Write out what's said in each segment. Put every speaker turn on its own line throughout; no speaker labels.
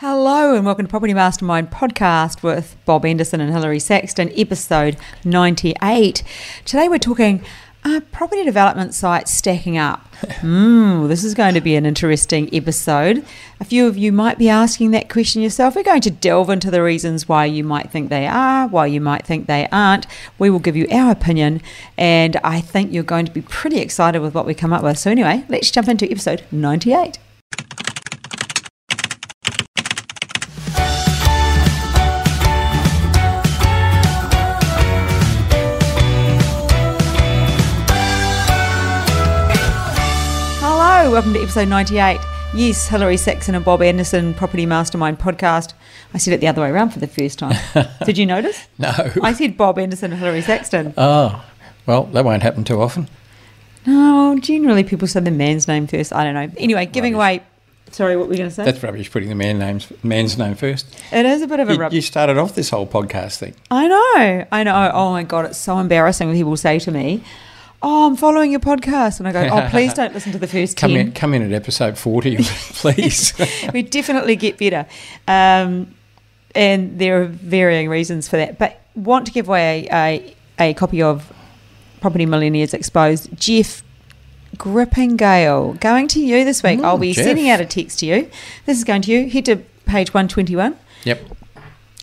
Hello and welcome to Property Mastermind podcast with Bob Anderson and Hilary Saxton, episode 98. Today we're talking uh, property development sites stacking up. Mm, this is going to be an interesting episode. A few of you might be asking that question yourself. We're going to delve into the reasons why you might think they are, why you might think they aren't. We will give you our opinion, and I think you're going to be pretty excited with what we come up with. So, anyway, let's jump into episode 98. Hello, welcome to episode 98. Yes, Hilary Saxon and Bob Anderson, Property Mastermind podcast. I said it the other way around for the first time. Did you notice?
No.
I said Bob Anderson and Hilary Saxton.
oh, well, that won't happen too often.
No, Oh, generally people say the man's name first. I don't know. Anyway, giving away. Sorry, what were we going to say?
That's rubbish, putting the man names, man's name first.
it is a bit of a
You,
rub.
you started off this whole podcast thing.
I know. I know. Oh my God, it's so embarrassing when people say to me, Oh, I'm following your podcast. And I go, Oh, please don't listen to the first
Come
10.
in, come in at episode 40, please.
we definitely get better. Um, and there are varying reasons for that. But want to give away a, a, a copy of Property Millionaires Exposed. Jeff Gripping Gale, going to you this week.
Mm,
I'll be
Jeff.
sending out a text to you. This is going to you. Head to page 121.
yep.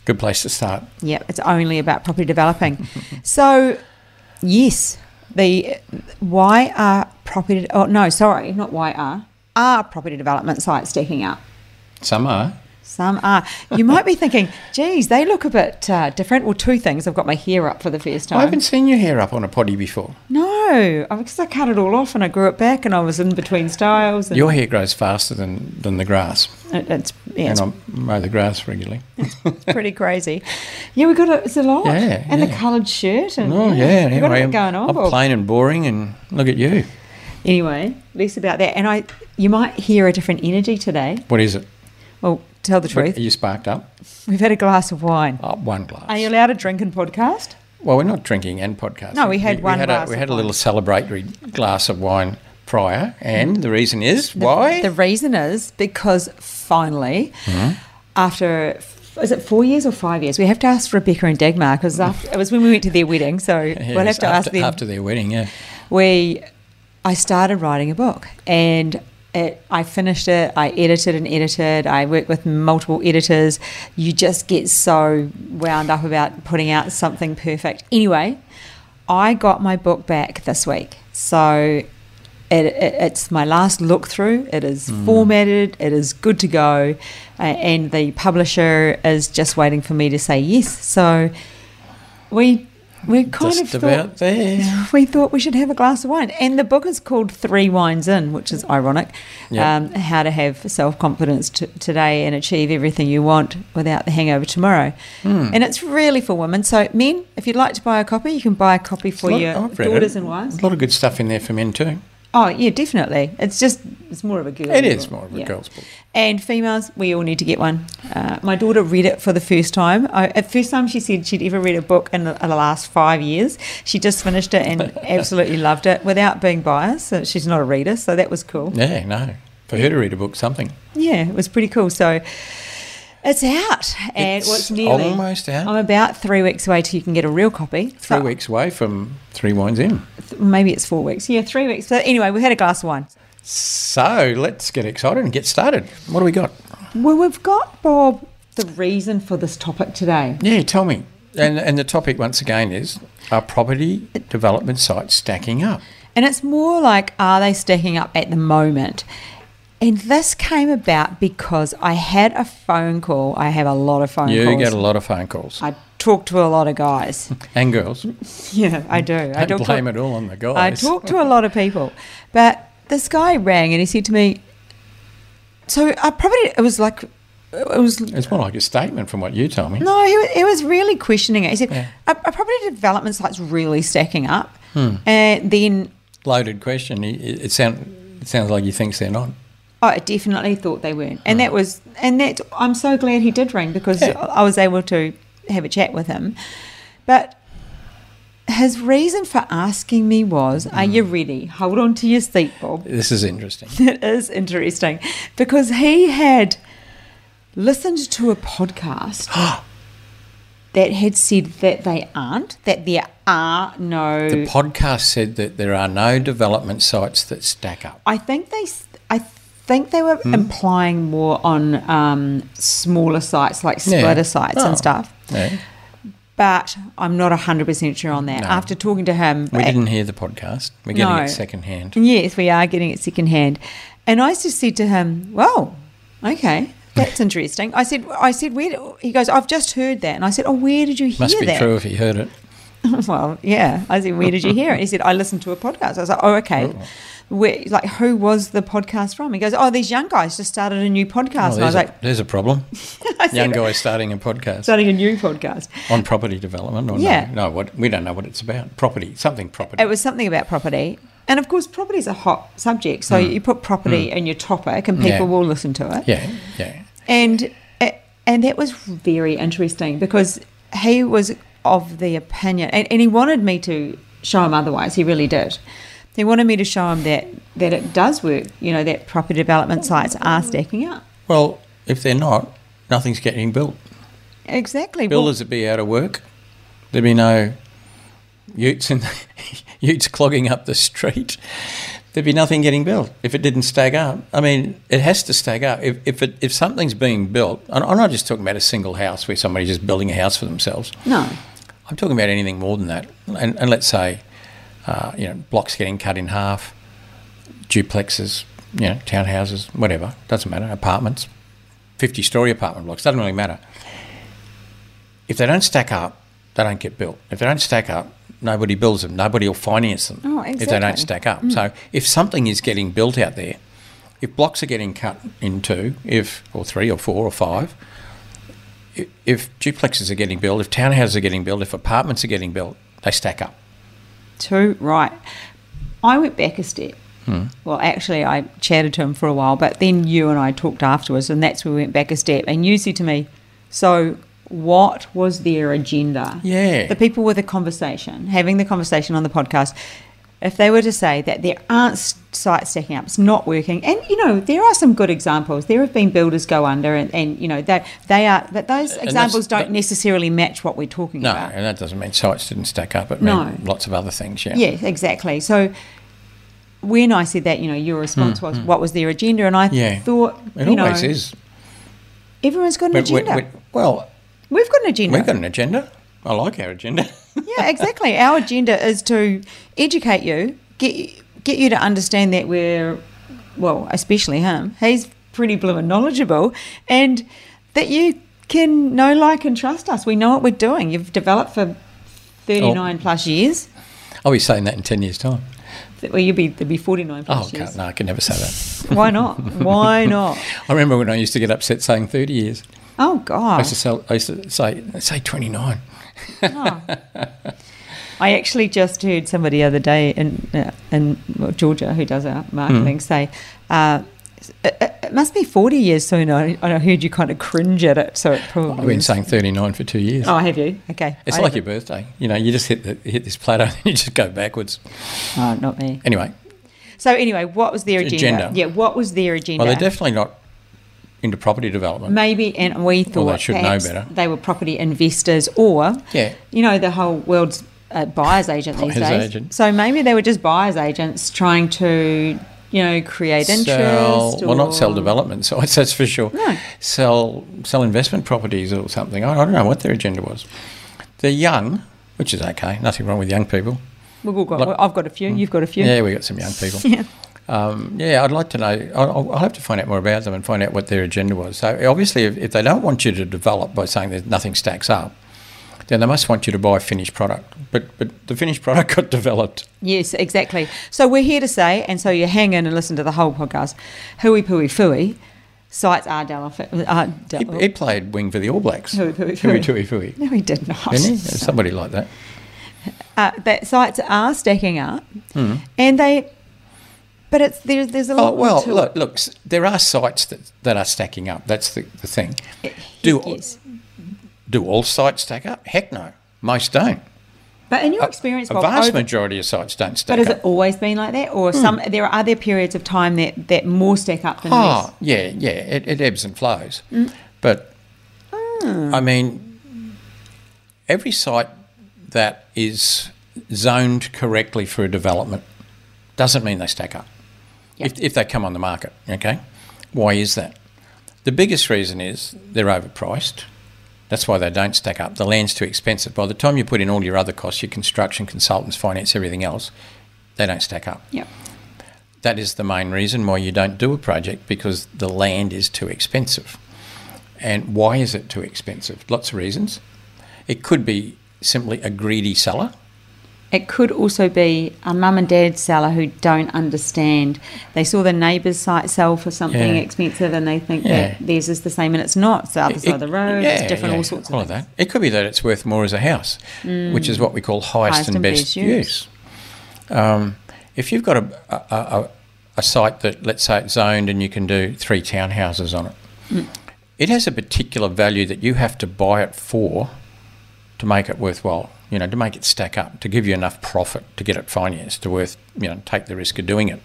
Good place to start.
Yeah, it's only about property developing. so, yes, the why are property? Oh no, sorry, not why are are property development sites stacking up?
Some are.
Some are. You might be thinking, geez, they look a bit uh, different. Well, two things. I've got my hair up for the first
I
time.
haven't seen your hair up on a potty before.
No, I- because I cut it all off and I grew it back, and I was in between styles. And
Your hair grows faster than, than the grass.
it, it's yeah, it's
and I mow the grass regularly.
pretty crazy. Yeah, we got it. It's a lot.
Yeah,
and the
yeah.
coloured shirt. And,
Oh, yeah.
we got
Anyway,
it
I'm,
going on.
I'm
Bob.
plain and boring, and look at you.
Anyway, less about that. And I, you might hear a different energy today.
What is it?
Well, tell the
What-
truth,
Are you sparked up?
we've had a glass of wine.
Oh, one glass.
Are you allowed a drink in podcast?
Well, we're not drinking and podcasting.
No, we had one
we had
glass
A, we
of
had a
wine.
little celebratory glass of wine prior, and the reason is
The-
why. Mm-hmm.
The reason is because finally, after is it four years or five years? We have to ask Rebecca and Dagmar because it was when we went to their wedding, so
Yes,
we'll have to
after,
ask them.
after their wedding. Yeah,
we I started writing a book and it, I finished it. I edited and edited. I worked with multiple editors. You just get so wound up about putting out something perfect. Anyway, I got my book back this week. So it, it, it's my last look through. It is
Hmm.
formatted. It is good to go. Uh, and the publisher is just waiting for me to say yes. So we, we kind
just
of thought-
about there.
we thought we should have a glass of wine. And the book is called Three Wines In, which is ironic.
Yeah.
Um, how to have self confidence t- today and achieve everything you want without the hangover tomorrow.
Hmm.
And it's really for women. So, men, if you'd like to buy a copy, you can buy a copy for
Lot-
your
I've read
daughters
it.
and wives.
A lot of good stuff in there for men too.
Oh, yeah, definitely. It's just, it's more of a girl.
It is more of a
Yeah.
girl's book.
And females, we all need to get one. Uh, my daughter read it for the first time. I, at first time, she said she'd ever read a book in the, in the last five years. She just finished it and absolutely loved it without being biased. So she's not a reader, so that was cool.
Yeah, no, for her to read a book, something.
Yeah, it was pretty cool. So it's out, and well, it's
It's
nearly
almost out.
I'm about three weeks away till you can get a real copy.
Three
So
weeks away from three wines in.
th- maybe it's four weeks. Yeah, three weeks. So anyway, we had a glass of wine.
So let's get excited and get started. What do we got?
Well, we've got Bob. The reason for this topic today.
Yeah, tell me. And and the topic once again is: Are property development sites stacking up?
And it's more like, are they stacking up at the moment? And this came about because I had a phone call. I have a lot of phone
You
calls.
get a lot of phone calls
I talk to a lot of guys.
and girls.
yeah, I do. I
I
talk
don't
to-
blame it all on the
I
guys.
talk to a lot of people, but this guy rang and he said to me, "So I probably it was like it was
It's more like a statement from what you tell me.
no, he, wa- he was really questioning it. He said,
Yeah.
"Are are property development sites really stacking up?"
Hmm.
And then
Loaded question. It, it, sound, it sounds like he thinks they're not.
Oh, I definitely thought they weren't, and that was, and that I'm so glad he did ring because
Yeah.
I was able to have a chat with him. But his reason for asking me was, "Are
Mm.
you ready? Hold on to your seat, Bob."
This is interesting.
It is interesting because he had listened to a podcast that had said that they aren't, that there are no.
The podcast said that there are no development sites that stack up.
I think they, s- I think they
Hmm.
were implying more on um, smaller sites like
Yeah.
splitter sites
Oh,
and stuff.
yeah.
But I'm not 100% sure on that.
No.
After talking to him,
We
it-
didn't hear the podcast. We're getting
No.
it secondhand.
Yes, we are getting it secondhand. And I just said to him, "Well, okay, that's interesting." I said, "I said where?" He goes, "I've just heard that." And I said, "Oh, where did you hear
Must be
that?"
true if you heard it.
well, yeah. I said, "Where did you hear it?" He said, "I listened to a podcast." I was like, "Oh, okay." Where, like, who was the podcast from? He goes, "Oh, these young guys just started a new podcast."
Oh,
and I was
there's, a,
like,
there's a problem.
I said,
Young guy starting a podcast
starting a new podcast."
on property development, or
Yeah. Oh.
no, no, what we don't know what it's about. Property, something property.
It was something about property. And of course, property is a hot subject. So you put property in your topic, and people
Hmm. Yeah.
will listen to it.
yeah, yeah.
and and that was very interesting because he was of the opinion and, and he wanted me to show him otherwise he really did he wanted me to show him that that it does work you know that property development sites are stacking up
Well, if they're not, nothing's getting built.
exactly Well,
Builders would be out of work. There'd be no utes in the, utes clogging up the street. There'd be nothing getting built if it didn't stag up. I mean, it has to stag up. If if, it, if something's being built, and I'm not just talking about a single house where somebody's just building a house for themselves.
no
I'm talking about anything more than that. And, and let's say, uh, you know, blocks getting cut in half, duplexes, you know, townhouses, whatever, doesn't matter, apartments, 50 story apartment blocks, doesn't really matter. If they don't stack up, they don't get built. If they don't stack up, nobody builds them, nobody will finance them
Oh,
if they don't
exactly.
stack up. So if something is getting built out there, if blocks are getting cut in two, if or three or four or five, i- if duplexes are getting built, if townhouses are getting built, if apartments are getting built, they stack up.
too right i went back a step well actually i chatted to him for a while but then you and i talked afterwards and that's where we went back a step and you said to me so what was their agenda
Yeah.
the people with a conversation, having the conversation on the podcast, if they were to say that there aren't s- sites stacking up, it's not working, and you know there are some good examples. There have been builders go under, and, and you know that they are, but those
that's-
examples don't
that-
necessarily match what we're talking
No,
about.
and that doesn't mean sites didn't stack up. It
No.
meant lots of other things. Yeah.
Yes, exactly. So when I said that, you know, your response was, "What was their agenda?" And I
Hmm, Yeah.
thought,
It
you
always
know,
is.
everyone's got an
We- we-
agenda.
we- well,
we, have got an agenda.
we've got an agenda. I like our agenda.
yeah, exactly. Our agenda is to educate you, get get you to understand that we're, well, especially him. He's pretty blooming knowledgeable, and that you can know, like, and trust us. We know what we're doing. You've developed for thirty nine plus years.
I'll be saying that in 10 years' time.
Well, you'll be there'll be forty nine
Oh,
plus
can
years.
no, I can never say that.
Why not? Why not?
I remember when I used to get upset saying 30 years.
Oh
I
God!
used to, sell, I used to say, say 29.
Ah. I actually just heard somebody the other day in uh, in well, Georgia who does our
Hmm.
marketing say. Uh, it, it- it must be 40 years soon. I, I heard you kind of cringe at it, so it probably.
I've been
is.
saying 39 for two years.
Oh, have you? Okay.
It's
I-
like your birthday. You know, you just hit, the, hit this plateau and you just go backwards.
Oh, not me.
Anyway,
So, anyway, what was their agenda?
Agenda.
Yeah, what was their agenda?
well, they're definitely not into property development.
Maybe, and we thought
they should know
perhaps
better.
they were property investors or,
Yeah.
you know, the whole world's uh, buyer's agent these
Buyer's
days.
agent.
So maybe they were just buyer's agents trying to, you know, create interest.
Sell, well, not sell
or-
development sites, that's for sure.
No.
Sell, sell investment properties or something. I, I don't know what their agenda was. They're young, which is okay. Nothing wrong with young people.
We've all got,
Like- hmm.
I've got a few, you've got a few.
Yeah, we got some young people.
Yeah.
Um, yeah, I'd like to know. I'll, I'll- I'll have to find out more about them and find out what their agenda was. So obviously, if, if they don't want you to develop by saying that nothing stacks up, then they must want you to buy a finished product. But but the finished product got developed.
Yes, exactly. So we're here to say, and so you hang in and listen to the whole podcast, hooey pooey fooey, sites are Delafi- uh,
He,
Del-
he played wing for the All Blacks.
Hooey, hooey,
Hooey,
hooey.
tooey, fooey.
No, we did not.
Didn't he? Somebody like that.
uh, that sites are stacking up, and they, but it's there, there's a lot.
Hmm. Oh well,
more to
look, look. s- There are sites that, that are stacking up. That's the, the thing.
it.
do-
yes.
Do all sites stack up? Heck no. Most don't.
But in your experience,
A
Bob,
vast Hmm.
over-
majority of sites don't
but
stack
has
up.
it always been like that, or some there are
Ah.
there periods of time that that more stack up than less?
Oh, yeah, yeah. It, it ebbs and flows. But I mean, every site that is zoned correctly for a development doesn't mean they stack up if, if they come on the market. Okay, why is that? The biggest reason is they're overpriced. That's why they don't stack up. The land's too expensive. By the time you put in all your other costs, your construction, consultants, finance, everything else, they don't stack up.
Yep.
That is the main reason why you don't do a project because the land is too expensive. And why is it too expensive? Lots of reasons. It could be simply a greedy seller.
It could also be a mum and dad seller who don't understand. They saw the neighbour's site sell for something
Yeah.
expensive and they think
Yeah.
that theirs is the same and it's not. It's the other side of the road,
yeah,
it's different,
yeah,
all sorts
all
of things. Mm.
that. It could be that it's worth more as a house, which is what we call highest,
Highest
and best, use. Um, if you've got a, a, a, a site that, let's say, it's zoned and you can do three townhouses on it,
Mm.
it has a particular value that you have to buy it for to make it worthwhile. You know, to make it stack up, to give you enough profit to get it financed, to worth, you know, take the risk of doing it.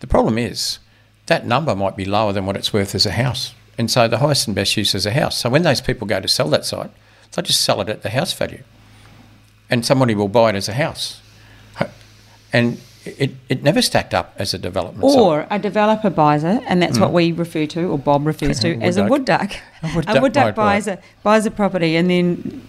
The problem is that number might be lower than what it's worth as a house. And so the highest and best use is a house. So when those people go to sell that site, they'll just sell it at the house value. And somebody will buy it as a house. And it, it never stacked up as a development site.
Or a developer buys it, and that's what we refer to, or Bob refers to,
Mm. Wood
as a
duck.
wood duck.
A wood duck might buy
buys a buys a property and then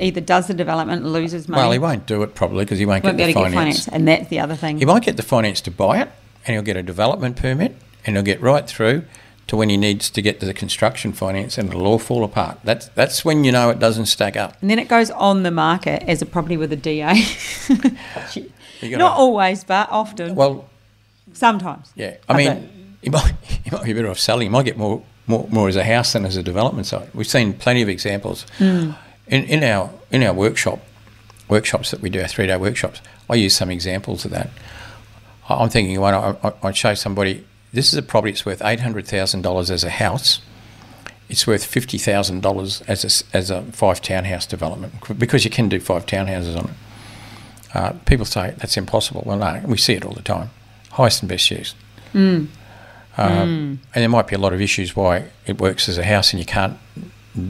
either does the development, loses money,
well, he won't do it probably because he won't,
won't be
get the
able to get
finance.
finance, and that's the other thing.
He might get the finance to buy it and he'll get a development permit and he'll get right through to when he needs to get to the construction finance and it'll all fall apart. That's, that's when you know it doesn't stack up.
And then it goes on the market as a property with a DA.
You gotta-
Not always, but often.
Well,
Sometimes.
Yeah, I
Okay.
mean, you might, you might be better off selling. You might get more, more, more as a house than as a development site. We've seen plenty of examples in, in our in our workshop workshops that we do, our three day workshops. I use some examples of that. I- I'm thinking one. I, I, I show somebody this is a property that's worth eight hundred thousand dollars as a house. It's worth fifty thousand dollars as a s- as a five townhouse development because you can do five townhouses on it. Uh, people say that's impossible. Well, no, we see it all the time. Highest and best use. Um, And there might be a lot of issues why it works as a house and you can't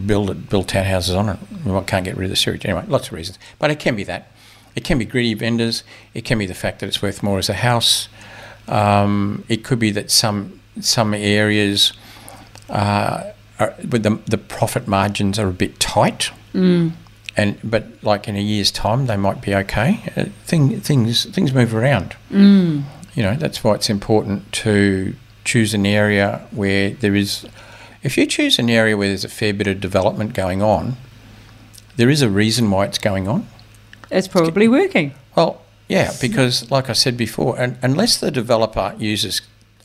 build it, build townhouses on it. You can't get rid of the sewage. Anyway, lots of reasons. But it can be that. It can be greedy vendors. It can be the fact that it's worth more as a house. Um, it could be that some some areas uh, are, but the, the profit margins are a bit tight. And but like in a year's time, they might be okay. Uh, thing, things things move around. You know that's why it's important to choose an area where there is. If you choose an area where there's a fair bit of development going on, there is a reason why it's going on.
it's probably working.
Well, yeah, because like I said before, un unless the developer uses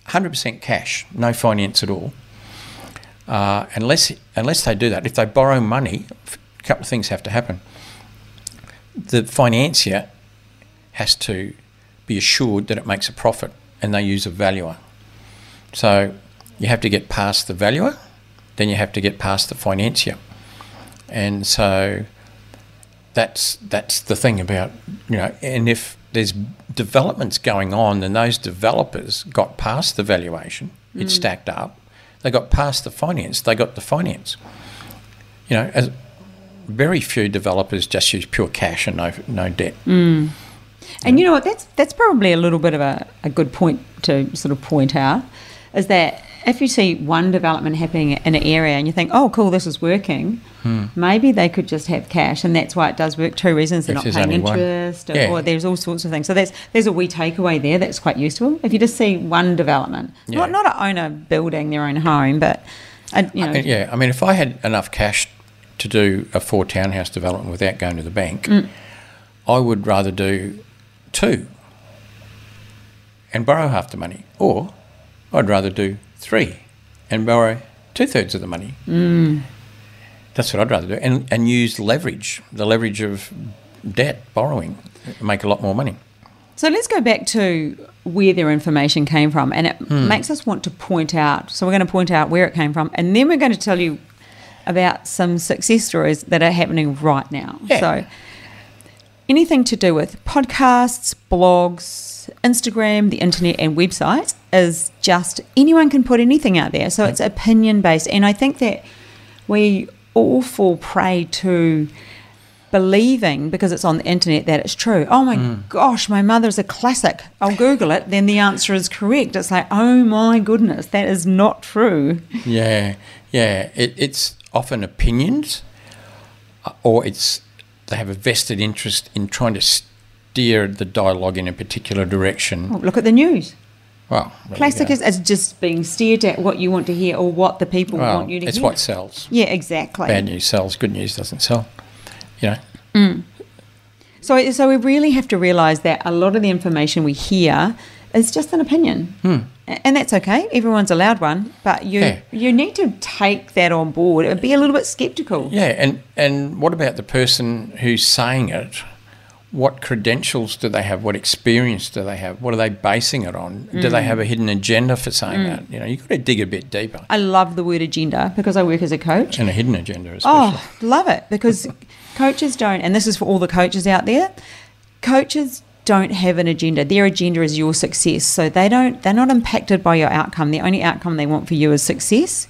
100% cash, no finance at all, uh, unless unless they do that, if they borrow money, a couple of things have to happen. The financier has to be assured that it makes a profit, and they use a valuer. So you have to get past the valuer, then you have to get past the financier, and so that's that's the thing about you know and if there's developments going on then those developers got past the valuation it stacked up they got past the finance they got the finance you know as very few developers just use pure cash and no no debt
And you know what? That's that's probably a little bit of a, a good point to sort of point out is that if you see one development happening in an area and you think, oh, cool, this is working,
Hmm.
maybe they could just have cash, and that's why it does work. Two reasons: they're
If
not
there's
paying
only one.
interest, or,
Yeah.
or there's all sorts of things. So that's there's a wee takeaway there that's quite useful. If you just see one development,
Yeah.
not not a owner building their own home, but a, you know,
Uh, yeah, I mean, if I had enough cash to do a four townhouse development without going to the bank, I would rather do two and borrow half the money, or I'd rather do three and borrow two thirds of the money. That's what I'd rather do, and and use leverage, the leverage of debt borrowing, make a lot more money.
So let's go back to where their information came from, and it makes us want to point out. So we're going to point out where it came from, and then we're going to tell you about some success stories that are happening right now.
Yeah.
So anything to do with podcasts, blogs, Instagram, the internet, and websites is just anyone can put anything out there. So it's opinion based. And I think that we all fall prey to believing because it's on the internet that it's true. Oh my
Mm.
gosh, my mother's a classic. I'll Google it, then the answer is correct. It's like, oh my goodness, that is not true.
Yeah, yeah. It, it's often opinions, uh, or it's they have a vested interest in trying to steer the dialogue in a particular direction.
Oh, look at the news.
Well, there you
Classic
go.
is, is just being steered at what you want to hear or what the people
well,
want you to
it's
hear.
what sells.
yeah, exactly.
Bad news sells. Good news doesn't sell. You know.
So, so we really have to realise that a lot of the information we hear is just an opinion, A- and that's okay. Everyone's allowed one, but you
Hmm. Yeah.
you need to take that on board and be a little bit sceptical.
Yeah, and and what about the person who's saying it? What credentials do they have? What experience do they have? What are they basing it on? Do
Mm.
they have a hidden agenda for saying that? You know, you've got to dig a bit deeper,
I love the word agenda because I work as a coach.
and a hidden agenda, especially.
Oh, love it because coaches don't, and this is for all the coaches out there. Coaches don't have an agenda. Their agenda is your success, so they don't. They're not impacted by your outcome. The only outcome they want for you is success,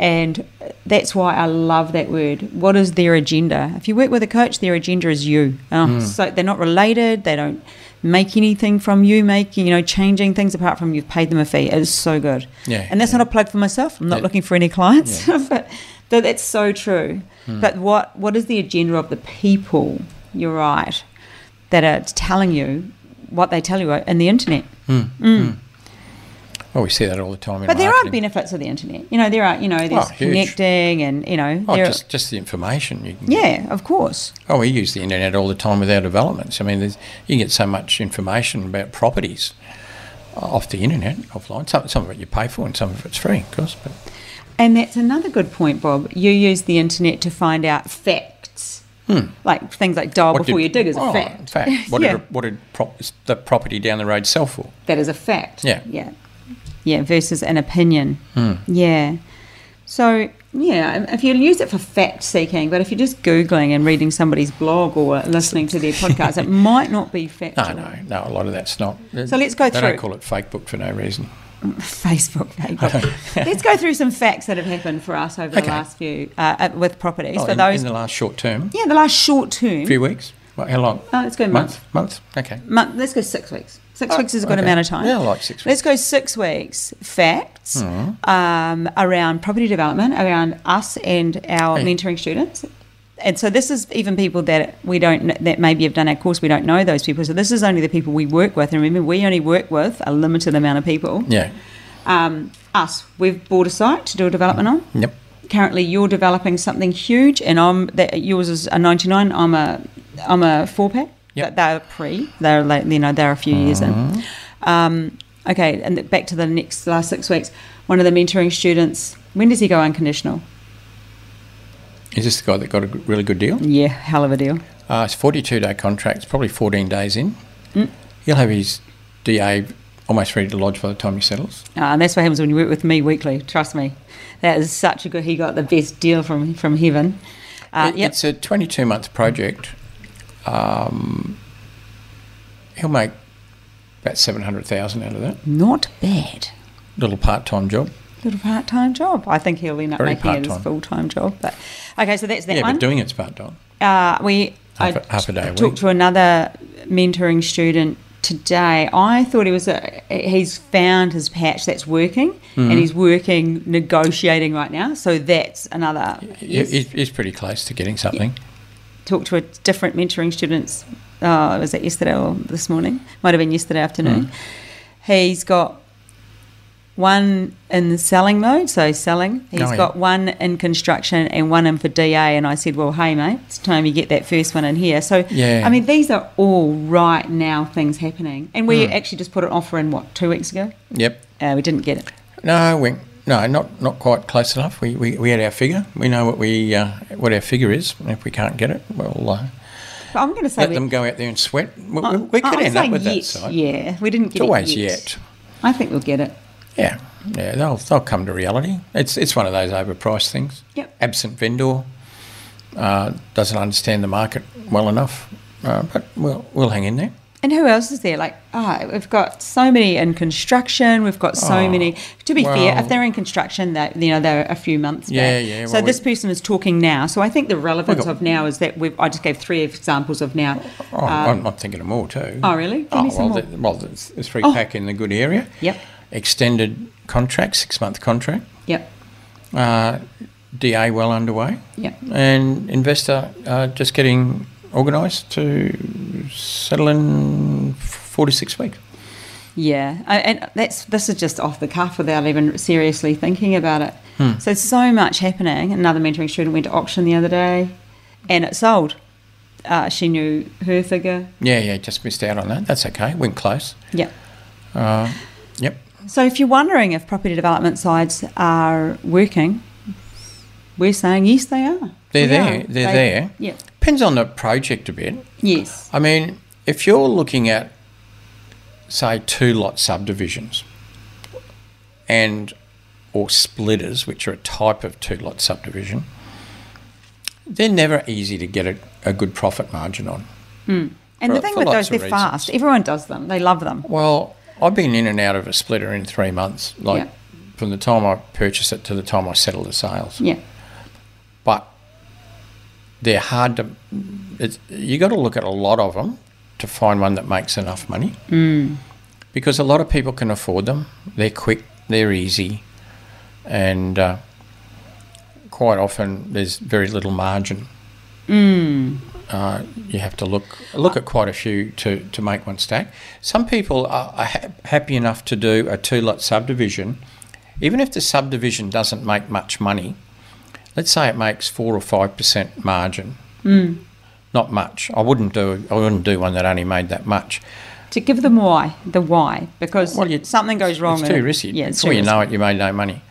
and that's why I love that word. What is their agenda? If you work with a coach, their agenda is you. Oh, So they're not related. They don't make anything from you. Making you know changing things apart from you've paid them a fee. It is so good.
Yeah,
and that's
yeah.
not a plug for myself. I'm not
Yeah.
looking for any clients, but that, that's so true.
Hmm.
But what what is the agenda of the people? You're right, that are telling you what they tell you in the internet.
Well, Oh, we see that all the time. In
But there are
marketing. Oh,
benefits of the internet. You know, there are you know there's
huge.
connecting and you know
Oh,
there.
just just the information you can. get.
yeah, of course.
Oh, we use the internet all the time with our developments. I mean, there's, you get so much information about properties uh, off the internet, offline. Some, some of it you pay for, and some of it's free, of course. But
And that's another good point, Bob. You use the internet to find out facts, like things like "dial before you dig" is
Hmm. oh,
a fact.
fact. What
Yeah.
did, a- what did prop, the property down the road sell for?
that is a fact.
Yeah. Hmm.
Yeah. Yeah, versus an opinion. Yeah. So, yeah, if you use it for fact seeking, but if you're just Googling and reading somebody's blog or listening to their podcast, it might not be factual.
No, no, no. A lot of that's not.
So let's go
they
through.
don't call it fake book for no reason.
Facebook paper. Let's go through some facts that have happened for us over the
Okay.
last few, uh, uh, with properties.
Oh,
for
in,
those,
in the last short term,
yeah, the last short term.
few weeks. What, how long?
Oh, let's go month.
month. Month. Okay.
month. Let's go six weeks. Six
Oh,
weeks is a good
okay.
amount of time.
Yeah, I like six
Let's go six weeks. Facts
Hmm.
um, around property development, around us and our
Hey.
mentoring students. And so this is even people that we don't kn- that maybe have done our course. We don't know those people. So this is only the people we work with. And remember, we only work with a limited amount of people.
Yeah.
Um, us, we've bought a site to do a development on
Yep.
currently you're developing something huge, and I'm that yours is a 99. I'm a I'm a four pack.
Yep.
They're pre. They're like you know they're a few years in. Um, okay, and th- back to the next last six weeks. One of the mentoring students. When does he go unconditional?
Is this the guy that got a g- really good deal?
Yeah, hell of a deal.
Uh, it's 42 day contract. It's probably 14 days in.
Mm.
He'll have his DA almost ready to lodge by the time he settles.
Uh, and that's what happens when you work with me weekly. Trust me, that is such a good. He got the best deal from from heaven. Uh,
It-
yep.
It's a 22 month project. Um, he'll make about 700,000 out of that
Not bad.
little part time job.
Little part time job. I think he'll end up
Very
making it his
part-time.
full time job. But okay, so that's that
yeah,
one.
but doing it's part time.
uh, we
Half
I
a- half a day a
talked
week.
to another mentoring student today. I thought he was a, he's found his patch that's working,
Hmm.
and he's working negotiating right now. So that's another. Yes.
He, he's pretty close to getting something.
Talked to a different mentoring students. Uh, was it yesterday or this morning? Might have been yesterday afternoon.
Mm.
He's got one in selling mode, so selling. He's
Oh, yeah.
got one in construction and one in for DA. And I said, well, hey, mate, it's time you get that first one in here. So,
Yeah.
I mean, these are all right now things happening. And we
Mm.
actually just put an offer in, what, two weeks ago?
Yep.
Uh, we didn't get it.
No, we, no, not not quite close enough. We, we, we had our figure. We know what we uh, what our figure is. And if we can't get it, well, uh,
But I'm going to say
let
we,
them go out there and sweat. We,
I-
we- um, we could
I'm
end up
saying
with that
Oh, yet,
site.
Yeah, we didn't get
It's always
it
yet.
I think we'll get it.
Yeah, yeah, they'll they'll come to reality. It's it's one of those overpriced things.
Yep.
Absent vendor uh, doesn't understand the market well enough. Uh, but we'll, we'll hang in there.
And who else is there? Like, ah, we've got so many in construction. We've got so
Oh,
many. To be fair,
well-
if they're in construction, that you know they're a few months.
Yeah,
back.
yeah,
So
well, we-
this person is talking now. So I think the relevance
We've got-
of now is that we've. I just gave three examples of now. Uh,
Oh, I'm, I'm thinking of more too.
oh, really? Give
Oh,
me some
well,
more.
The, well, there's, there's free
Oh.
pack in the good area.
Yep.
Extended contract, six month contract.
Yep.
Uh, DA well underway.
Yep.
And investor uh, just getting organised to settle in 46 weeks.
Yeah, I- and that's this is just off the cuff without even seriously thinking about it.
Hmm.
So so much happening. Another mentoring student went to auction the other day, and it sold. Uh, she knew her figure.
Yeah, yeah, just missed out on that. That's okay. Went close.
Yep.
Uh, yep.
So if you're wondering if property development sides are working, we're saying yes, they are.
They're
We
there.
are.
They're
They-
there.
Yeah.
Depends on the project a bit.
Yes.
I mean, if you're looking at, say, two lot subdivisions and or splitters, which are a type of two lot subdivision, they're never easy to get a, a good profit margin on.
And
For-
the thing
for
with
lots
those,
of
they're fast. Everyone does them. They love them.
Well, I've been in and out of a splitter in three months, like
Yeah.
from the time I purchased it to the time I settle the sales.
Yeah.
But they're hard to. It's, you got to look at a lot of them to find one that makes enough money. Because a lot of people can afford them. They're quick. They're easy, and uh, quite often there's very little margin. Uh, you have to look look at quite a few to, to make one stack. Some people are, are ha- happy enough to do a two lot subdivision, even if the subdivision doesn't make much money. Let's say it makes four or five percent margin.
Hmm.
Not much. I wouldn't do. I wouldn't do one that only made that much.
To give them why, the why, because
Well, you-
something goes wrong.
It's
and-
too risky.
Yeah, it's
Before
too
you
risky.
know it, you made no money.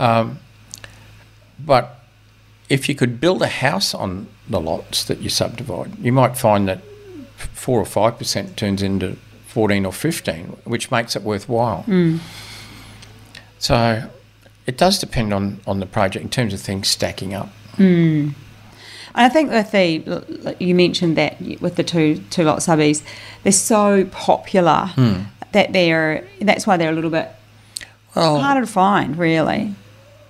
Um, but if you could build a house on the lots that you subdivide, you might find that f- four or five percent turns into fourteen or fifteen, which makes it worthwhile.
Hmm.
So it does depend on, on the project in terms of things stacking up.
And I think with the like you mentioned that with the two two lot subbies, they're so popular
Hmm.
that they're that's why they're a little bit
Well,
harder to find, really.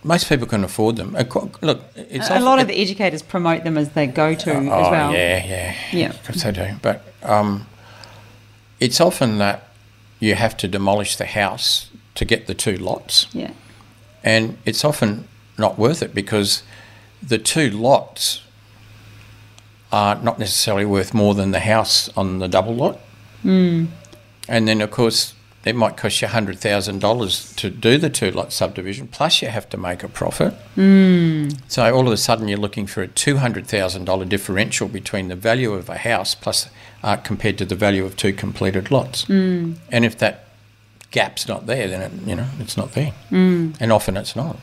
most people can afford them. Of cour- Look, it's
a
often-
lot of the educators promote them as their go to as well.
Oh, Yeah, yeah.
Yeah.
Of course they do. But um, it's often that you have to demolish the house to get the two lots.
Yeah.
And it's often not worth it because the two lots are not necessarily worth more than the house on the double lot. Mm.
Hmm.
And then, of course, it might cost you $100,000 to do the two lot subdivision, plus you have to make a profit. So all of a sudden, you're looking for a two hundred thousand dollar differential between the value of a house plus uh, compared to the value of two completed lots. Mm. And if that gap's not there, then it, you know it's not there. Mm. And often it's not.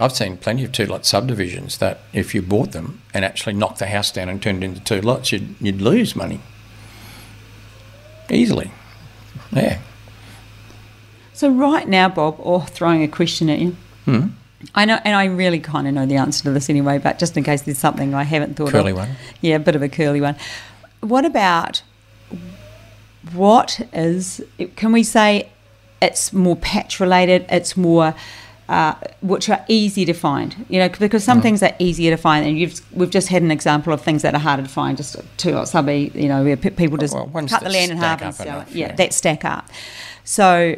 I've seen plenty of two lot subdivisions that if you bought them and actually knocked the house down and turned it into two lots, you'd you'd lose money easily. Yeah.
So right now, Bob, or throwing a question at you.
Hmm?
I know, and I really kind of know the answer to this anyway, but just in case there's something I haven't thought
Curly
of.
one.
Yeah, a bit of a curly one. What about what is? Can we say it's more patch related? It's more. Uh, which are easy to find, you know, because
Hmm.
some things are easier to find, and you've we've just had an example of things that are harder to find, just two or subby, you know, where pe- people just
Well, ones
cut the
that
land in
stack
half and
up
sell
enough,
it. Yeah,
yeah.
that stack up. So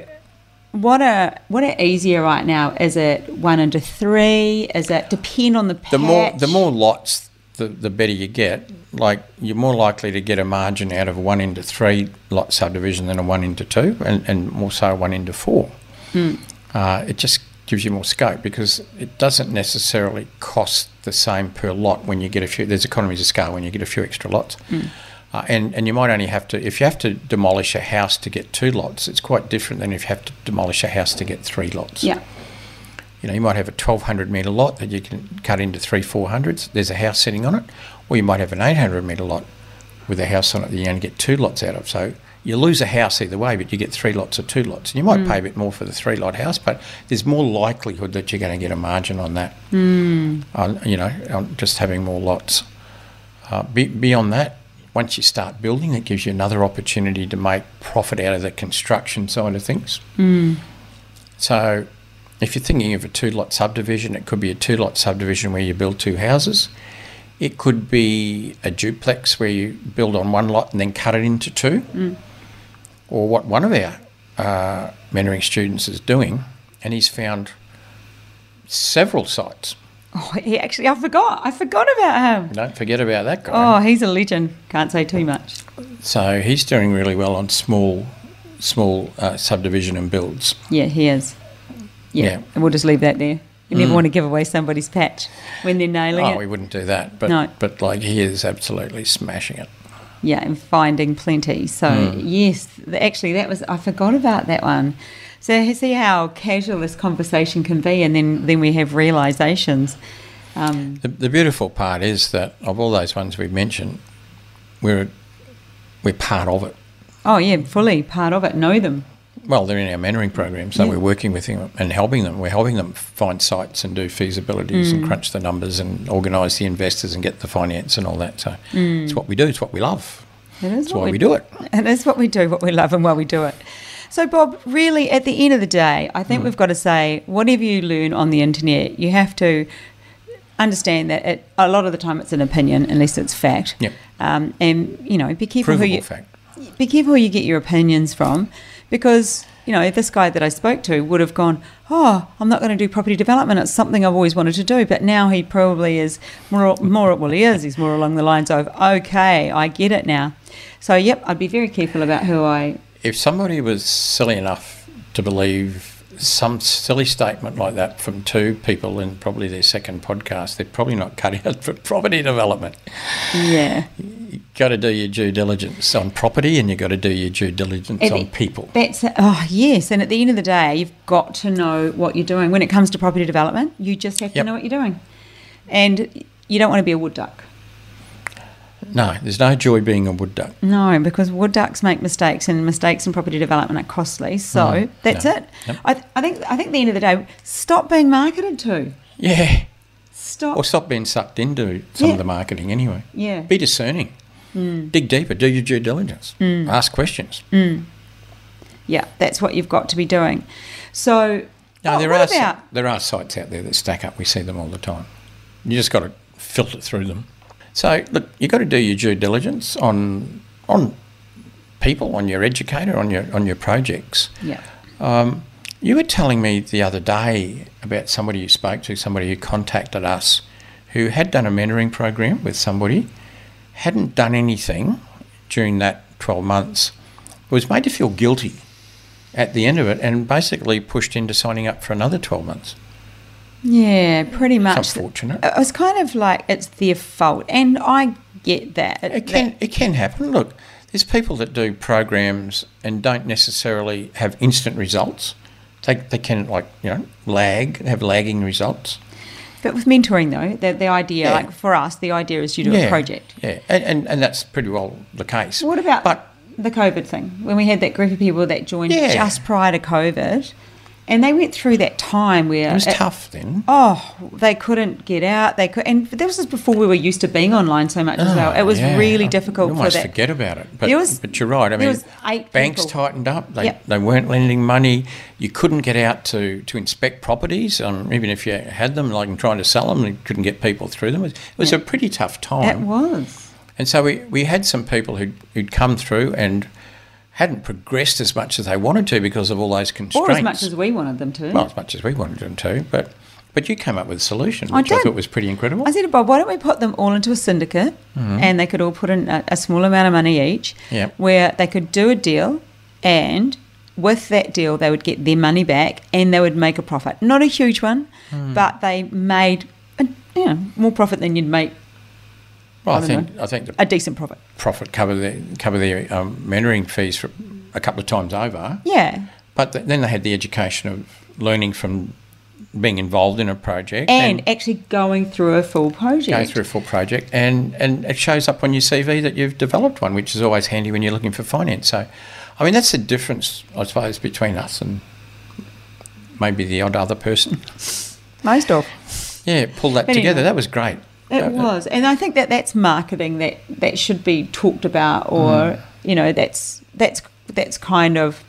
what are what are easier right now? Is it one into three? Is it depend on the patch?
the more the more lots the, the better you get like you're more likely to get a margin out of a one into three lot subdivision than a one into two and, and more so a one into four uh, it just gives you more scope because it doesn't necessarily cost the same per lot when you get a few there's economies of scale when you get a few extra lots uh, and, and you might only have to if you have to demolish a house to get two lots it's quite different than if you have to demolish a house to get three lots
Yeah,
you know, you might have a 1200 metre lot that you can cut into three 400s. There's a house sitting on it. Or you might have an 800 metre lot with a house on it that you only get two lots out of. So you lose a house either way, but you get three lots or two lots. And you might pay a bit more for the three lot house, but there's more likelihood that you're going to get a margin on that, mm. on, you know, on just having more lots. Uh, be, beyond that, Once you start building, it gives you another opportunity to make profit out of the construction side of things. So, if you're thinking of a two lot subdivision, it could be a two lot subdivision where you build two houses. It could be a duplex where you build on one lot and then cut it into two. Or what one of our uh, mentoring students is doing, and he's found several sites.
Oh, he actually, I forgot. I forgot about him.
Don't forget about that guy.
Oh, he's a legend. Can't say too much.
So he's doing really well on small, small uh, subdivision and builds.
Yeah, he is. Yeah.
Yeah. Mm.
And we'll just leave that there. You never want to give away somebody's patch when they're nailing
Oh,
it.
we wouldn't do that, but
No.
but like he is absolutely smashing it.
yeah, and finding plenty. So
Mm.
yes, th- actually, that was I forgot about that one. So you see how casual this conversation can be, and then then we have realizations. Um,
The, the beautiful part is that of all those ones we've mentioned, we're we're part of it.
oh yeah, fully part of it. Know them.
Well, they're in our mentoring program, so
Yeah.
we're working with them and helping them. We're helping them find sites and do feasibilities
Mm.
and crunch the numbers and organise the investors and get the finance and all that. So
Mm.
it's what we do. It's what we love.
It is
It's why we do it.
And that's what we do, what we love, and why we do it. So, Bob, really, at the end of the day, I
Mm.
think we've got to say whatever you learn on the internet, you have to understand that it, a lot of the time it's an opinion unless it's fact.
Yep.
Um, and, you know, be careful
Provable
who you,
fact.
be careful who you get your opinions from because you know this guy that i spoke to would have gone oh i'm not going to do property development it's something i've always wanted to do but now he probably is more more well he is he's more along the lines of okay i get it now so yep i'd be very careful about who i
if somebody was silly enough to believe some silly statement like that from two people in probably their second podcast, they're probably not cut out for property development.
yeah
you got to do your due diligence on property and you got to do your due diligence
At the-
on people.
That's oh yes, and at the end of the day, you've got to know what you're doing. When it comes to property development, you just have to
Yep.
know what you're doing, and you don't want to be a wood duck.
No, there's no joy being a wood duck.
No, because wood ducks make mistakes, and mistakes in property development are costly. So
Mm,
that's
yeah.
it.
Yep.
I, th- I think. I think. At the end of the day, stop being marketed to.
Yeah.
Stop.
Or stop being sucked into some
Yeah. Mm.
of the marketing anyway.
yeah.
Be discerning. Dig deeper. Do your due diligence.
Mm.
Ask questions.
yeah. That's what you've got to be doing. So.
No,
oh,
there
what
are si-
about?
there are sites out there that stack up. We see them all the time. You just got to filter through them. So look, you got to do your due diligence on on people, on your educator, on your on your projects.
Yeah.
Um, you were telling me the other day about somebody you spoke to, somebody who contacted us, who had done a mentoring program with somebody, hadn't done anything during that twelve months, was made to feel guilty at the end of it, and basically pushed into signing up for another twelve months.
Yeah. Pretty much.
It's unfortunate.
It was kind of like it's their fault, and I get that.
It can it can happen. Look, there's people that do programs and don't necessarily have instant results. They, they can like you know lag have lagging results.
But with mentoring, though, the, the idea,
Yeah.
like for us, the idea is you do a project.
Yeah, and, and and that's pretty well the case.
What about
But
the COVID thing? When we had that group of people that joined
Yeah.
just prior to COVID, and they went through that time where
it was
it-
tough then.
Oh, they couldn't get out. They could, and this was before we were used to being online so much as well. It was
Oh, Ah, Yeah.
really
You
difficult for
almost
that.
forget about it. But,
There was-
but you're right. I
there
mean,
was eight
banks
people.
tightened up. They,
Yep.
they weren't lending money. You couldn't get out to, to inspect properties, um, even if you had them, like and trying to sell them, you couldn't get people through them. It was, it was a pretty tough time.
It was.
And so we, we had some people who'd, who'd come through and hadn't progressed as much as they wanted to because of all those constraints.
Or as much as we wanted them to.
well, as much as we wanted them to, but but you came up with a solution,
I
which I,
did.
thought was pretty incredible.
I said to Bob, why don't we put them all into a syndicate and they could all put in a, a small amount of money each
Mm-hmm. Yep.
where they could do a deal and with that deal they would get their money back and they would make a profit. Not a huge one,
Hmm.
but they made a, you know, more profit than you'd make,
well, I,
I don't
think I think the
a decent profit.
profit cover the cover their um, mentoring fees for a couple of times over.
Yeah.
But th- then they had the education of learning from being involved in a project
And, actually going through a full project.
go through a full project, and and it shows up on your CV that you've developed one, which is always handy when you're looking for finance. So, I mean, that's the difference, I suppose, between us and maybe the odd other person.
Most of.
Yeah, pull that
Anyway.
together. That was great.
It was, and I think that that's marketing that that should be talked about, or
Mm.
you know, that's that's that's kind of,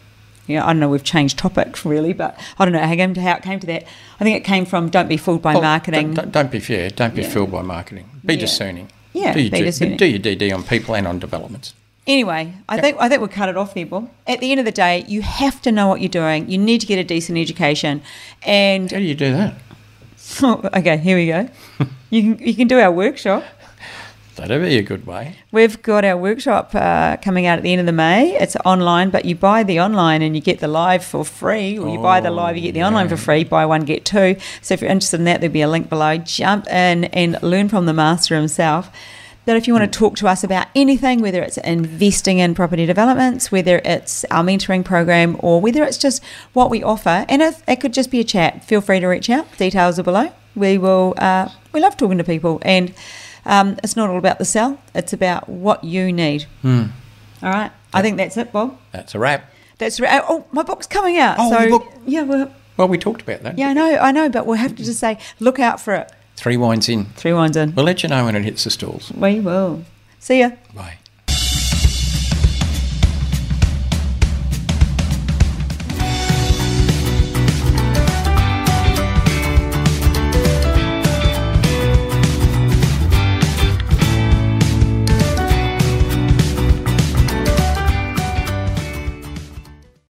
you know, I don't know. We've changed topics really, but I don't know how it came to, how it came to that. I think it came from don't be fooled by
Oh,
marketing.
Don't, don't, don't be fear. Don't be
Yeah.
fooled by marketing. Be
Yeah.
discerning.
Yeah,
do your,
be
D-
discerning.
do your DD on people and on developments.
Anyway, I
Yeah.
think I think we'll cut it off there, Bob. At the end of the day, you have to know what you're doing. You need to get a decent education, and
How do you do that?
okay, here we go. you can you can do our workshop.
That'd be a good way.
We've got our workshop uh, coming out at the end of the May. It's online, but you buy the online and you get the live for free, or you buy the
Oh,
live, you get the online for free. Buy one, get two. So if you're interested in that, there'll be a link below. Jump in and learn from the master himself. That if you
Mm.
want to talk to us about anything, whether it's investing in property developments, whether it's our mentoring program, or whether it's just what we offer, and if it could just be a chat, feel free to reach out. Details are below. We will. Uh, we love talking to people and. Um, it's not all about the sell, it's about what you need.
Hmm.
All right. I think that's it, Bob.
That's a wrap.
That's re- oh, my book's coming out.
Oh,
so
your book.
yeah, well,
Well, we talked about that.
yeah, I know, I know, but we'll have to just say look out for it.
Three wines in.
Three wines in.
We'll let you know when it hits the stalls.
We will. See ya.
Bye.